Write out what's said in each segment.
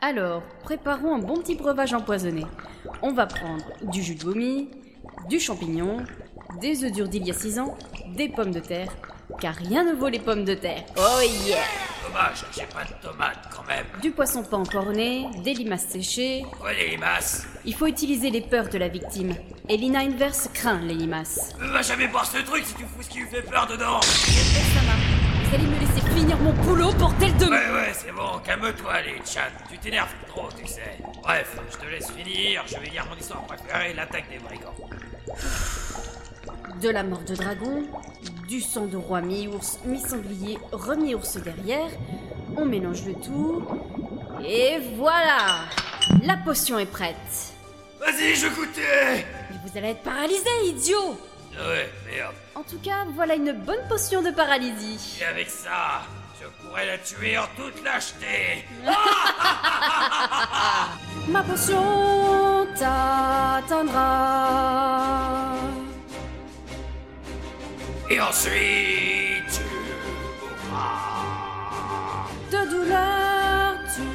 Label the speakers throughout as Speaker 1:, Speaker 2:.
Speaker 1: Alors, préparons un bon petit breuvage empoisonné. On va prendre du jus de vomi, du champignon, des œufs durs d'il y a 6 ans, des pommes de terre, car rien ne vaut les pommes de terre. Oh yeah
Speaker 2: Dommage, j'ai pas de tomates quand même.
Speaker 1: Du poisson pas encore né, des limaces séchées.
Speaker 2: Ouais, les limaces.
Speaker 1: Il faut utiliser les peurs de la victime. Et Lina Inverse craint les limaces.
Speaker 2: Va jamais boire ce truc si tu fous ce qui lui fait peur dedans.
Speaker 1: Vous allez me laisser finir mon boulot, bordel de...
Speaker 2: Ouais, ouais, c'est bon, calme-toi, les chats. Tu t'énerves trop, tu sais. Bref, je te laisse finir. Je vais dire mon histoire préférée l'attaque des brigands.
Speaker 1: De la mort de dragon, du sang de roi mi-ours, mi-sanglier, remi-ours derrière. On mélange le tout. Et voilà La potion est prête.
Speaker 2: Vas-y, je goûtais
Speaker 1: Mais vous allez être paralysé, idiot
Speaker 2: Ouais, merde.
Speaker 1: En tout cas, voilà une bonne potion de paralysie.
Speaker 2: Et avec ça, je pourrais la tuer en toute lâcheté.
Speaker 1: Ma potion t'atteindra.
Speaker 2: Et ensuite, tu mourras.
Speaker 1: De douleur, tu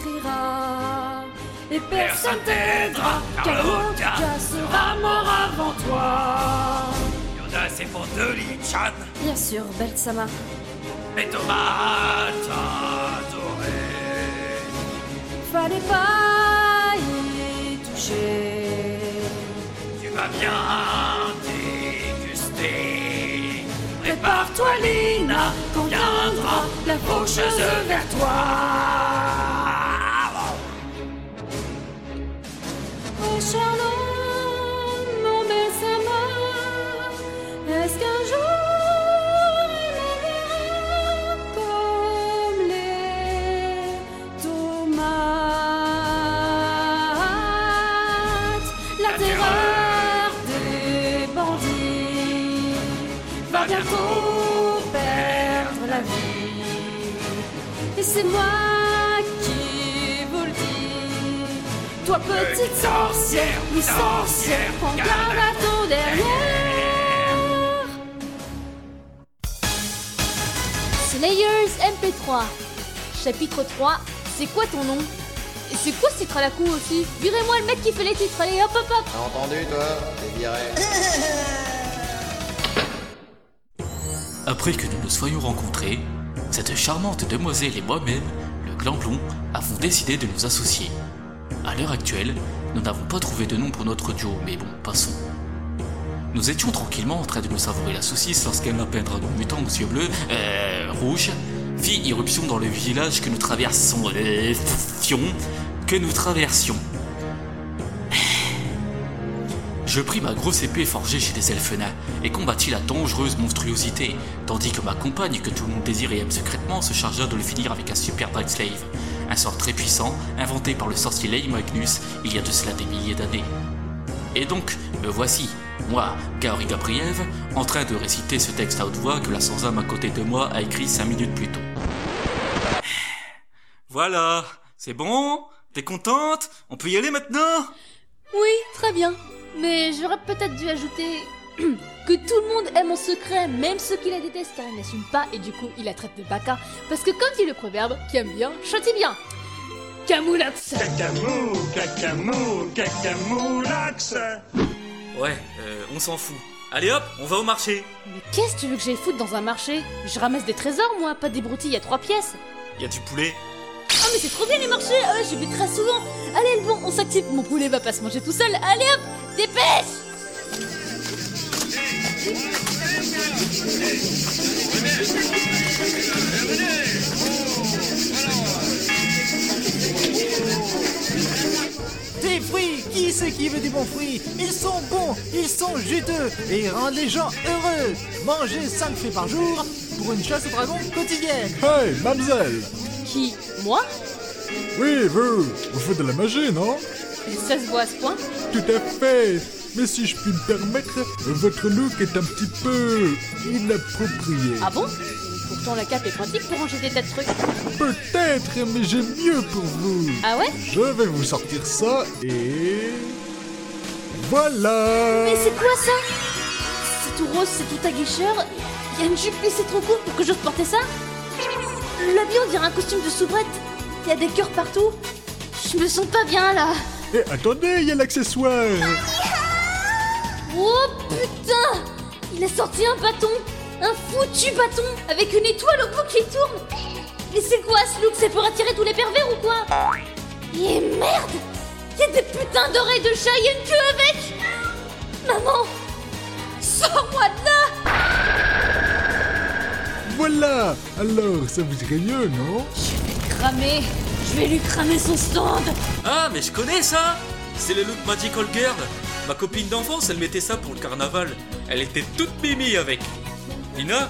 Speaker 1: crieras. Et personne t'aidera, car l'autre sera mort avant toi.
Speaker 2: Il y en a assez pour deux, les chats.
Speaker 1: Bien sûr, Belsama.
Speaker 2: Mes tomates adorées.
Speaker 1: Fallait pas y toucher.
Speaker 2: Tu vas bien déguster.
Speaker 1: Prépare-toi, Lina, quand viendra la
Speaker 2: faucheuse
Speaker 1: faucheuse
Speaker 2: vers toi.
Speaker 1: Oh Charlotte, mon Belsama, est-ce qu'un jour elle verra comme les tomates La terreur des bandits va bientôt perdre la vie Et c'est moi qui vous le dis Toi petite sorcière, oui sorcière, prends garde à ton derrière
Speaker 3: Slayers MP3 Chapitre 3 C'est quoi ton nom Et c'est quoi ce titre à la coup aussi Virez-moi le mec qui fait les titres, allez hop hop hop
Speaker 4: T'as entendu, toi T'es viré.
Speaker 5: Après que nous nous soyons rencontrés, cette charmante demoiselle et moi-même, le clan blond, avons décidé de nous associer. À l'heure actuelle, nous n'avons pas trouvé de nom pour notre duo, mais bon, passons. Nous étions tranquillement en train de nous savourer la saucisse lorsqu'un lapindre de mutant aux yeux bleus, euh, rouges, fit irruption dans le village que nous traversons, euh, fion, que nous traversions. Je pris ma grosse épée forgée chez les elfes nains et combattis la dangereuse monstruosité, tandis que ma compagne, que tout le monde désire et aime secrètement, se chargea de le finir avec un super Dark Slave, un sort très puissant inventé par le sorcier Leigh Magnus il y a de cela des milliers d'années. Et donc, me voici, moi, Gaori Gabriev, en train de réciter ce texte à haute voix que la sans-âme à côté de moi a écrit cinq minutes plus tôt. Voilà, c'est bon T'es contente On peut y aller maintenant
Speaker 3: Oui, très bien. Mais j'aurais peut-être dû ajouter que tout le monde aime en secret, même ceux qui la détestent car ils n'assument pas et du coup ils la traitent de baka. Parce que comme dit le proverbe, qui aime bien, châtie bien. Camoulox
Speaker 6: Cacamou, cacamou, cacamou, lax
Speaker 5: Ouais, euh, on s'en fout. Allez hop, on va au marché.
Speaker 3: Mais qu'est-ce que tu veux que j'aille foutre dans un marché Je ramasse des trésors moi, pas des broutilles à trois pièces.
Speaker 5: Y a du poulet
Speaker 3: Ah mais c'est trop bien les marchés, ah, j'y vais très souvent. Allez le bon, on s'active, mon poulet va pas se manger tout seul. Allez hop, dépêche
Speaker 7: Des fruits Qui c'est qui veut des bons fruits Ils sont bons, ils sont juteux et ils rendent les gens heureux Mangez 5 fruits par jour pour une chasse au dragon quotidienne
Speaker 8: Hey, mademoiselle
Speaker 3: Qui Moi
Speaker 8: Oui, vous Vous faites de la magie, non
Speaker 3: Ça se voit à ce point
Speaker 8: Tout à fait Mais si je puis me permettre, votre look est un petit peu... inapproprié.
Speaker 3: Ah bon Pourtant la cape est pratique pour ranger des tas de trucs.
Speaker 8: Peut-être, mais j'ai mieux pour vous
Speaker 3: Ah ouais
Speaker 8: Je vais vous sortir ça et... Voilà
Speaker 3: Mais c'est quoi ça C'est tout rose, c'est tout aguicheur. Il y a une jupe et c'est trop court pour que j'ose porter ça. L'habit, on dirait un costume de soubrette. il y a des cœurs partout. Je me sens pas bien là.
Speaker 8: Et attendez, il y a l'accessoire
Speaker 3: Oh putain Il a sorti un bâton Un foutu bâton Avec une étoile au bout qui tourne Mais c'est quoi ce look C'est pour attirer tous les pervers ou quoi Et merde Il y a des putains d'oreilles de chat et une queue avec Maman Sors-moi de là
Speaker 8: Voilà Alors, ça vous dirait mieux, non
Speaker 3: Cramé Je vais lui cramer son stand
Speaker 5: Ah, mais je connais ça C'est le look Magical Girl Ma copine d'enfance, elle mettait ça pour le carnaval. Elle était toute mimi avec. Lina,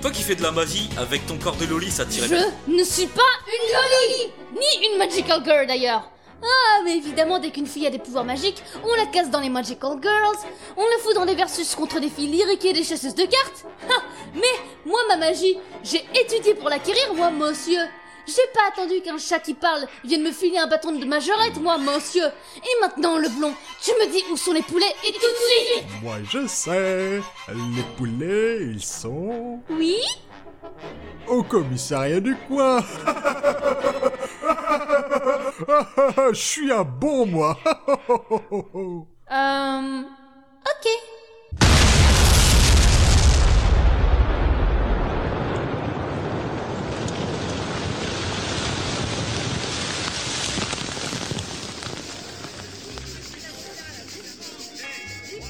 Speaker 5: toi qui fais de la magie, avec ton corps de loli, ça tirait bien.
Speaker 3: Je ne suis pas une loli Ni une magical girl d'ailleurs Ah, mais évidemment, dès qu'une fille a des pouvoirs magiques, on la casse dans les magical girls, on la fout dans les versus contre des filles lyriques et des chasseuses de cartes Ah, Mais moi, ma magie, j'ai étudié pour l'acquérir, moi, monsieur j'ai pas attendu qu'un chat qui parle vienne me filer un bâton de majorette, moi, monsieur Et maintenant, le blond, tu me dis où sont les poulets et tout de suite
Speaker 8: Moi, je sais Les poulets, ils sont...
Speaker 3: Oui
Speaker 8: Au commissariat du coin Je suis un bon, moi
Speaker 3: Euh... Ok.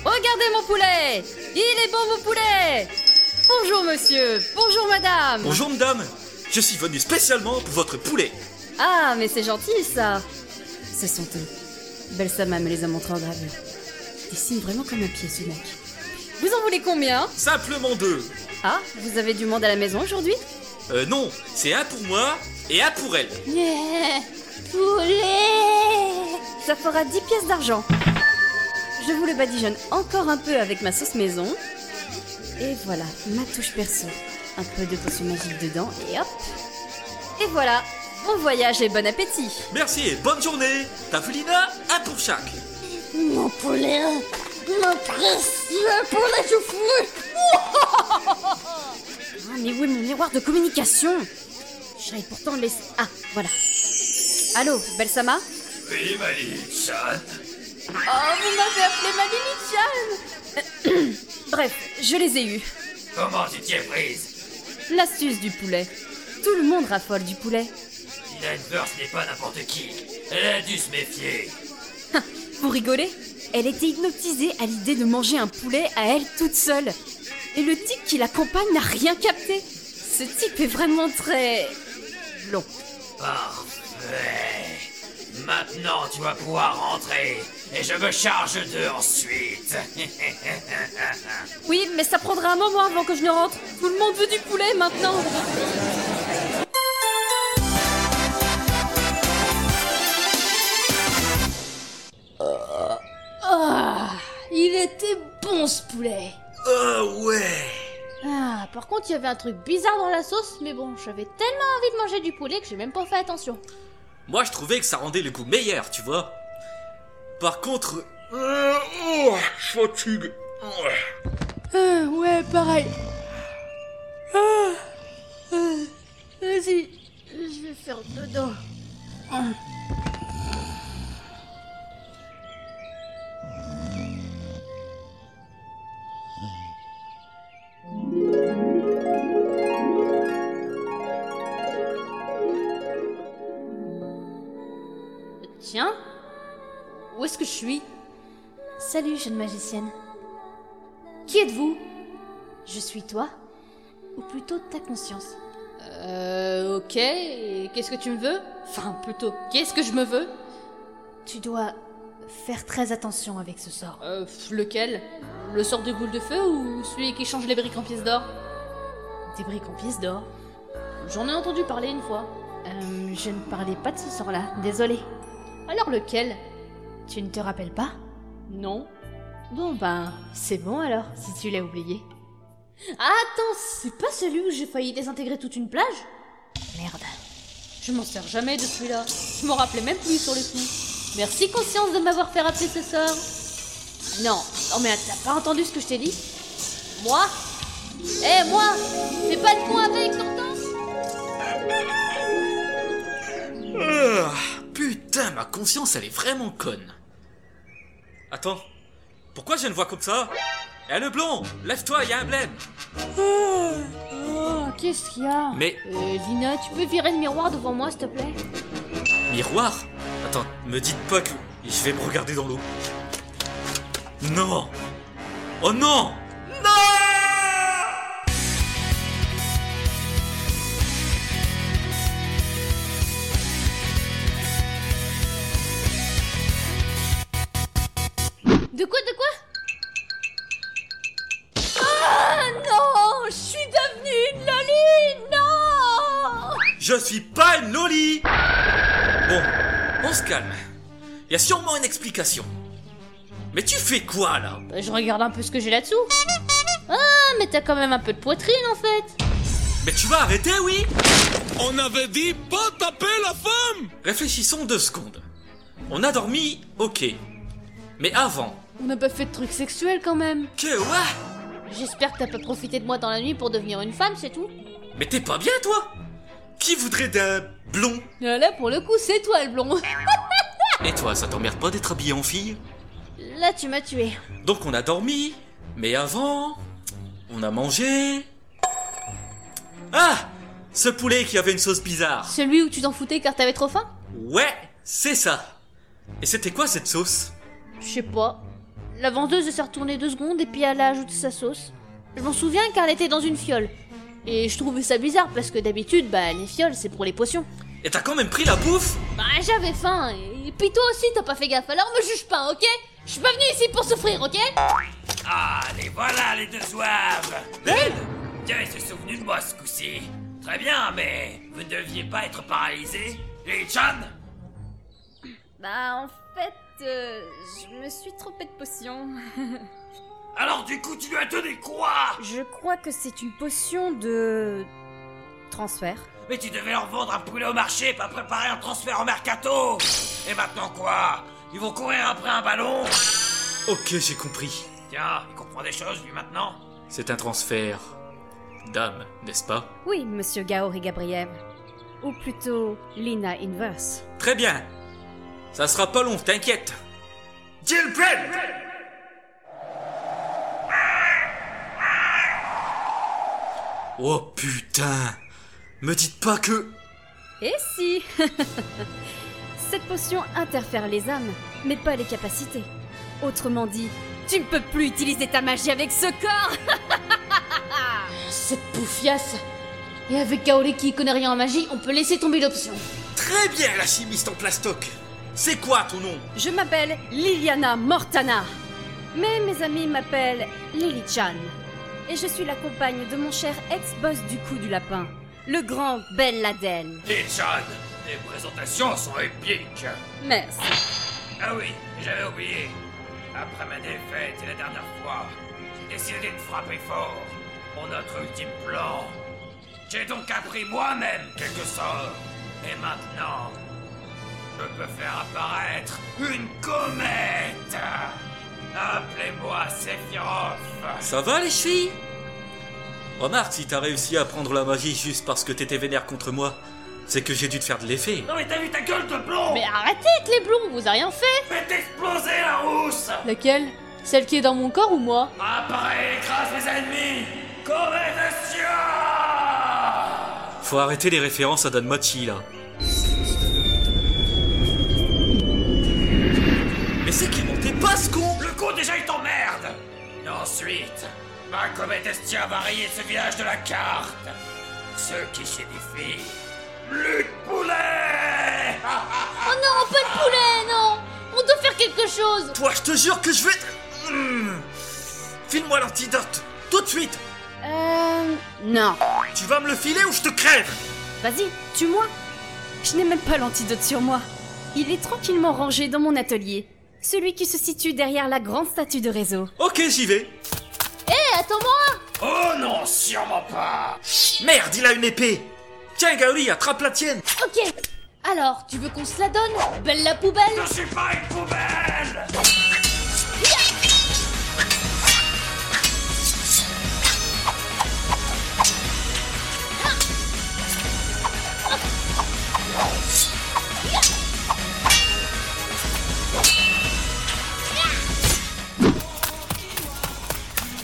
Speaker 1: Regardez mon poulet Il est bon mon poulet Bonjour monsieur, bonjour madame
Speaker 5: Bonjour madame, je suis venu spécialement pour votre poulet.
Speaker 1: Ah mais c'est gentil ça Ce sont eux. Belsama me les a montrés en gravure. Dessine vraiment comme un pied ce mec. Vous en voulez combien
Speaker 5: Simplement deux.
Speaker 1: Ah, vous avez du monde à la maison aujourd'hui
Speaker 5: Euh, non, c'est un pour moi et un pour elle.
Speaker 3: Yeah, poulet
Speaker 1: Ça fera 10 pièces d'argent. Je vous le badigeonne encore un peu avec ma sauce maison. Et voilà, ma touche perso. Un peu de potion magique dedans et hop. Et voilà, bon voyage et bon appétit.
Speaker 5: Merci et bonne journée. T'as vu Lina Un pour chaque.
Speaker 3: Mon poulet Mon précieux poulet soufflé
Speaker 1: Ah, mais où est mon miroir de communication J'avais pourtant laissé... Ah, voilà. Allô, Belsama
Speaker 2: Oui, Mali-chan.
Speaker 3: Oh, vous m'avez appelé ma Lily-chan
Speaker 1: Bref, je les ai eus.
Speaker 2: Comment tu t'y es prise
Speaker 1: L'astuce du poulet. Tout le monde raffole du poulet.
Speaker 2: Dylan Burst n'est pas n'importe qui. Elle a dû se méfier.
Speaker 1: Hein, Vous rigolez Elle était hypnotisée à l'idée de manger un poulet à elle toute seule. Et le type qui l'accompagne n'a rien capté. Ce type est vraiment très... long.
Speaker 2: Parfait. Maintenant, tu vas pouvoir rentrer. Et je me charge d'eux ensuite.
Speaker 1: Oui, mais ça prendra un moment avant que je ne rentre. Tout le monde veut du poulet maintenant.
Speaker 3: Ah, il était bon ce poulet
Speaker 5: Ah ouais.
Speaker 3: Ah, par contre, il y avait un truc bizarre dans la sauce, mais bon, j'avais tellement envie de manger du poulet que j'ai même pas fait attention.
Speaker 5: Moi, je trouvais que ça rendait le goût meilleur, tu vois. Par contre,
Speaker 2: Euh, oh,
Speaker 3: Ah, ouais, pareil. Ah, ah, Vas-y, je vais faire dodo. Ah. Tiens, où est-ce que je suis Salut, jeune magicienne. Qui êtes-vous Je suis toi, ou plutôt ta conscience. Euh, ok, et qu'est-ce que tu me veux Enfin, plutôt, qu'est-ce que je me veux
Speaker 9: Tu dois faire très attention avec ce sort.
Speaker 3: Euh, pff, lequel Le sort de boule de feu ou celui qui change les briques en pièces d'or
Speaker 9: Des briques en pièces d'or.
Speaker 3: J'en ai entendu parler une fois.
Speaker 9: Euh, je ne parlais pas de ce sort-là, désolé.
Speaker 3: Alors lequel
Speaker 9: Tu ne te rappelles pas
Speaker 3: Non.
Speaker 9: Bon ben, c'est bon alors, si tu l'as oublié.
Speaker 3: Ah, attends, c'est pas celui où j'ai failli désintégrer toute une plage
Speaker 9: Merde.
Speaker 3: Je m'en sers jamais de celui-là. Je m'en rappelais même plus sur le coup. Merci conscience de m'avoir fait rappeler ce sort. Non, non mais t'as pas entendu ce que je t'ai dit Moi Eh moi Fais pas de con avec, t'entends
Speaker 5: Ah, Putain, ma conscience, elle est vraiment conne. Attends, pourquoi j'ai une voix comme ça Eh le blond, lève-toi, y a un blême
Speaker 3: Oh, qu'est-ce qu'il y a
Speaker 5: Mais-
Speaker 3: Euh, Lina, tu peux virer le miroir devant moi, s'il te plaît
Speaker 5: Miroir Attends, me dites pas que je vais me regarder dans l'eau. Non Oh non
Speaker 3: De quoi, de quoi Ah non Je suis devenue une loli Non
Speaker 5: Je suis pas une loli Bon, on se calme. Y a sûrement une explication. Mais tu fais quoi là
Speaker 3: Bah, Je regarde un peu ce que j'ai là-dessous. Ah, mais t'as quand même un peu de poitrine, en fait
Speaker 5: Mais tu vas arrêter, oui On avait dit pas taper la femme Réfléchissons deux secondes. On a dormi, ok. Mais avant,
Speaker 3: On n'a pas fait de trucs sexuels, quand même
Speaker 5: que ouais
Speaker 3: J'espère que t'as pas profité de moi dans la nuit pour devenir une femme, c'est tout
Speaker 5: Mais t'es pas bien, toi Qui voudrait d'un blond
Speaker 3: Là, là, pour le coup, c'est toi, le blond
Speaker 5: Et toi, ça t'emmerde pas d'être habillé en fille
Speaker 3: Là, tu m'as tué.
Speaker 5: Donc on a dormi, mais avant, on a mangé. Ah Ce poulet qui avait une sauce bizarre.
Speaker 3: Celui où tu t'en foutais car t'avais trop faim
Speaker 5: Ouais, c'est ça. Et c'était quoi cette sauce
Speaker 3: Je sais pas. La vendeuse elle s'est retournée deux secondes et puis elle a ajouté sa sauce. Je m'en souviens car elle était dans une fiole. Et je trouvais ça bizarre parce que d'habitude, bah les fioles c'est pour les potions.
Speaker 5: Et t'as quand même pris la bouffe
Speaker 3: Bah j'avais faim et, et puis toi aussi t'as pas fait gaffe alors me juge pas, ok Je suis pas venue ici pour souffrir, ok
Speaker 2: Ah, les voilà, les deux zouaves Ben Tiens, ils se sont venus de moi ce coup-ci. Très bien, mais vous ne deviez pas être paralysés Les Chan
Speaker 1: Bah, en fait, euh, je me suis trompée de potion.
Speaker 2: Alors du coup, tu lui as donné quoi
Speaker 1: Je crois que c'est une potion de. transfert.
Speaker 2: Mais tu devais leur vendre un poulet au marché, pas préparer un transfert au mercato Et maintenant quoi Ils vont courir après un ballon
Speaker 5: Ok, j'ai compris.
Speaker 2: Tiens, il comprend des choses lui maintenant
Speaker 5: C'est un transfert d'âme, n'est-ce pas
Speaker 1: Oui, monsieur Gaori Gabriel. Ou plutôt Lina Inverse.
Speaker 5: Très bien. Ça sera pas long, t'inquiète. Gilbert Oh putain Me dites pas que...
Speaker 1: Et si Cette potion interfère les âmes, mais pas les capacités. Autrement dit, tu ne peux plus utiliser ta magie avec ce corps
Speaker 3: Cette poufiasse Et avec Kaori qui connaît rien en magie, on peut laisser tomber l'option.
Speaker 5: Très bien, la chimiste en plastoc C'est quoi ton nom
Speaker 1: Je m'appelle Liliana Mortana. Mais mes amis m'appellent Lily Chan. Et je suis la compagne de mon cher ex-boss du coup du lapin, le grand Ben Laden.
Speaker 2: Les Chan, les présentations sont épiques
Speaker 1: Merci.
Speaker 2: Ah oui, j'avais oublié Après ma défaite la dernière fois, j'ai décidé de frapper fort pour notre ultime plan. J'ai donc appris moi-même quelques sorts. Et maintenant, je peux faire apparaître une comète Appelez-moi Sephiroth
Speaker 5: Ça va les chevilles Remarque, si t'as réussi à prendre la magie juste parce que t'étais vénère contre moi, c'est que j'ai dû te faire de l'effet.
Speaker 2: Non mais t'as vu ta gueule de plomb
Speaker 3: Mais arrêtez avec les blonds, on vous a rien fait
Speaker 2: Faites exploser la rousse
Speaker 3: Laquelle Celle qui est dans mon corps ou moi
Speaker 2: Apparaît, écrase mes ennemis Comète de Sion
Speaker 5: Faut arrêter les références à Don Machi, là. Mais c'est qu'il montait pas ce con
Speaker 2: Le con déjà il t'emmerde Et ensuite, ma comète Estia va rayer ce village de la carte Ce qui signifie... Luc Poulet Ah, ah,
Speaker 3: Oh non, pas de poulet, non On doit faire quelque chose
Speaker 5: Toi, je te jure que je vais... te- Hmm. File-moi l'antidote Tout de suite
Speaker 1: Euh. Non.
Speaker 5: Tu vas me le filer ou je te crève
Speaker 1: Vas-y, tue-moi Je n'ai même pas l'antidote sur moi. Il est tranquillement rangé dans mon atelier. Celui qui se situe derrière la grande statue de réseau.
Speaker 5: Ok, j'y vais.
Speaker 3: Eh, attends-moi
Speaker 2: Oh non, sûrement pas
Speaker 5: Merde, il a une épée Tiens, Gauri, attrape la tienne
Speaker 3: Ok Alors, tu veux qu'on se la donne Belle la poubelle
Speaker 2: Je suis pas une poubelle
Speaker 3: Ya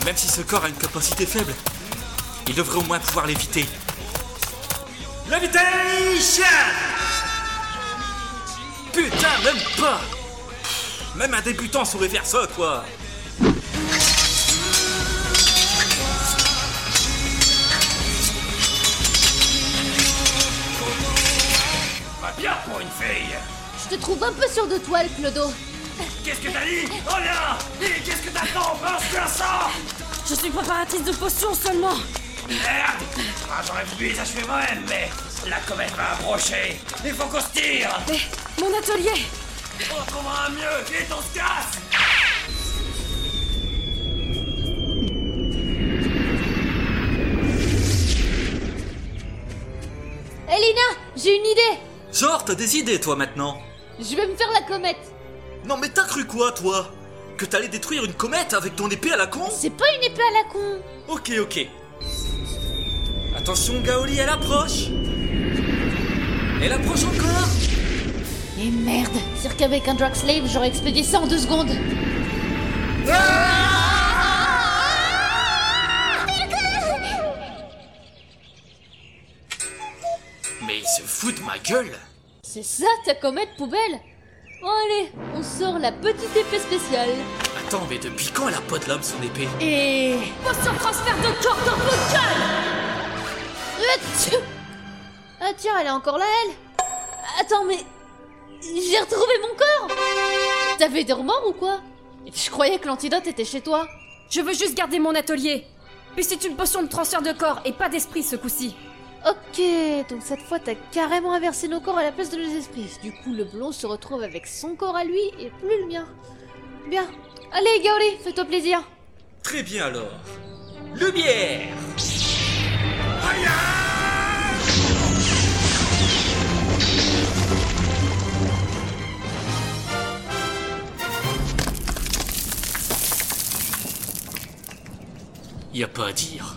Speaker 5: Même si ce corps a une capacité faible, il devrait au moins pouvoir l'éviter.
Speaker 6: Levitation
Speaker 5: Putain, même pas Même un débutant saurait faire ça, quoi
Speaker 2: Pas bien pour une fille
Speaker 3: Je te trouve un peu sûr de toi, le Clodo.
Speaker 2: Qu'est-ce que t'as dit Oh là Et qu'est-ce que t'attends Pense que ça
Speaker 1: Je suis préparatrice de potions seulement
Speaker 2: Merde Ah, j'aurais voulu les achever moi-même, mais la comète va approcher Il faut qu'on se tire
Speaker 1: Mais mon atelier
Speaker 2: On trouvera un mieux Vite, on se casse
Speaker 3: Elina, Eh, j'ai une idée
Speaker 5: Genre, t'as des idées, toi, maintenant
Speaker 3: Je vais me faire la comète
Speaker 5: Non, mais t'as cru quoi, toi Que t'allais détruire une comète avec ton épée à la con
Speaker 3: C'est pas une épée à la con
Speaker 5: Ok, ok. Attention, Gaoli, elle approche Elle approche encore
Speaker 3: Et Eh, merde Dire qu'avec un drug slave, j'aurais expédié ça en deux secondes
Speaker 5: Mais il se fout de ma gueule
Speaker 3: C'est ça ta comète poubelle Bon allez, on sort la petite épée spéciale.
Speaker 5: Attends, mais depuis quand elle a pas de lame, son épée
Speaker 3: Et...
Speaker 1: Potion transfert de corps dans votre gueule
Speaker 3: Atchou Euh, Ah tiens, elle est encore là, elle Attends, mais... J'ai retrouvé mon corps T'avais des remords ou quoi Et puis je croyais que l'antidote était chez toi.
Speaker 1: Je veux juste garder mon atelier Puis c'est une potion de transfert de corps et pas d'esprit ce coup-ci
Speaker 3: Ok, donc cette fois t'as carrément inversé nos corps à la place de nos esprits. Du coup, le blond se retrouve avec son corps à lui et plus le mien. Bien. Allez, Gaori, fais-toi plaisir.
Speaker 5: Très bien alors. Lumière Y a pas à dire.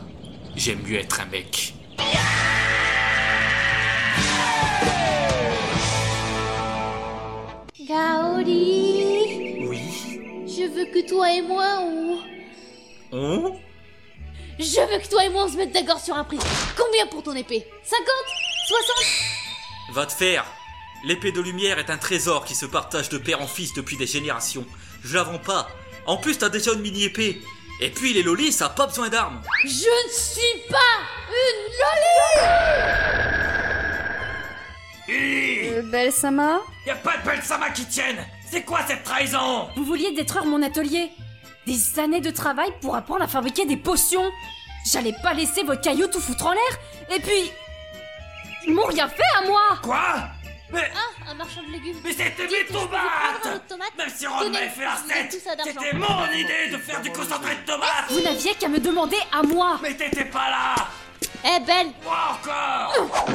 Speaker 5: J'aime mieux être un mec.
Speaker 3: Gaori,
Speaker 5: Oui.
Speaker 3: je veux que toi et moi on...
Speaker 5: On
Speaker 3: Je veux que toi et moi on se mette d'accord sur un prix. Combien pour ton épée 50 60
Speaker 5: Va te faire L'épée de lumière est un trésor qui se partage de père en fils depuis des générations. Je la vends pas. En plus, t'as déjà une mini-épée. Et puis, les lolis, ça a pas besoin d'armes.
Speaker 3: Je ne suis pas une jolie
Speaker 2: Uli
Speaker 1: Belle Sama
Speaker 2: Y a pas de Belsama qui tienne C'est quoi cette trahison
Speaker 1: Vous vouliez détruire mon atelier Des années de travail pour apprendre à fabriquer des potions J'allais pas laisser votre caillou tout foutre en l'air Et puis... Ils m'ont rien fait à moi
Speaker 2: Quoi Mais,
Speaker 3: Un marchand de légumes.
Speaker 2: mais c'était mes tomates Même si Ron m'avait fait la recette, c'était mon idée de faire du concentré de tomates
Speaker 1: Vous n'aviez qu'à me demander à moi
Speaker 2: Mais t'étais pas là
Speaker 3: Eh belle,
Speaker 2: Moi encore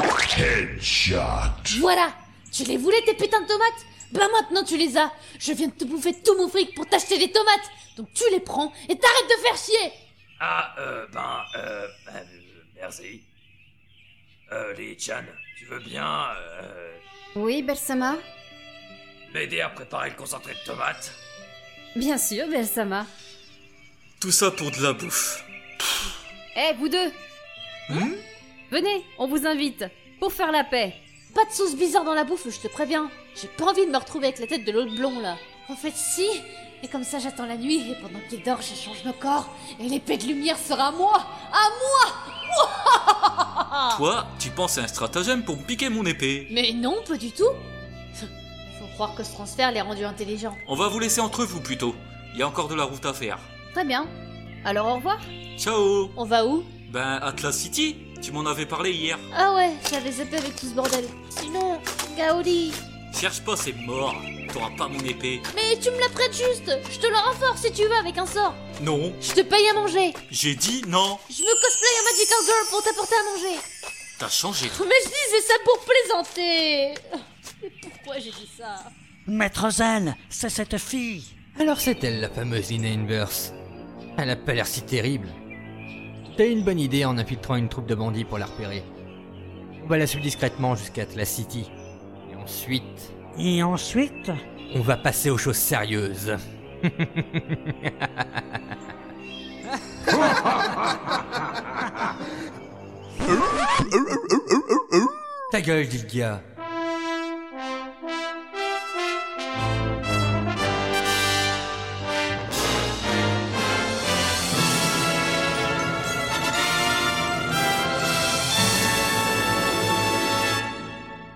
Speaker 3: voilà Tu les voulais tes putains de tomates Bah maintenant tu les as Je viens de te bouffer tout mon fric pour t'acheter des tomates Donc tu les prends et t'arrêtes de faire chier
Speaker 2: Ah, euh, ben, euh, euh, merci. Euh, Lee Chan, tu veux bien euh,
Speaker 9: Oui, Belsama
Speaker 2: m'aider à préparer le concentré de tomates
Speaker 1: Bien sûr, Belle Sama
Speaker 5: Tout ça pour de la bouffe.
Speaker 1: Eh, vous deux Venez, on vous invite Pour faire la paix
Speaker 3: Pas de sauce bizarre dans la bouffe, je te préviens J'ai pas envie de me retrouver avec la tête de l'autre blond là En fait si Et comme ça j'attends la nuit et pendant qu'il dort j'échange nos corps Et l'épée de lumière sera à moi À moi
Speaker 5: Toi, tu penses à un stratagème pour me piquer mon épée.
Speaker 3: Mais non, pas du tout Faut croire que ce transfert les rendu intelligents.
Speaker 5: On va vous laisser entre vous plutôt. Il y a encore de la route à faire.
Speaker 3: Très bien. Alors au revoir.
Speaker 5: Ciao
Speaker 3: On va où
Speaker 5: Ben, Atlas City, tu m'en avais parlé hier.
Speaker 3: Ah ouais, j'avais zappé avec tout ce bordel. Sinon, Gaoli.
Speaker 5: Cherche pas, c'est mort. T'auras pas mon épée.
Speaker 3: Mais tu me la prêtes juste Je te la renforce si tu veux avec un sort
Speaker 5: Non,
Speaker 3: Je te paye à manger
Speaker 5: j'ai dit non.
Speaker 3: Je me cosplay en Magical Girl pour t'apporter à manger
Speaker 5: T'as changé. toi.
Speaker 3: Mais je disais ça pour plaisanter Mais pourquoi j'ai dit ça
Speaker 10: Maître Zen, c'est cette fille.
Speaker 11: Alors c'est elle la fameuse Lina Inverse. Elle a pas l'air si terrible. T'as eu une bonne idée en infiltrant une troupe de bandits pour la repérer. On va la suivre discrètement jusqu'à Atlas City. Et ensuite,
Speaker 10: Et ensuite
Speaker 11: on va passer aux choses sérieuses. Ta gueule, dit le gars.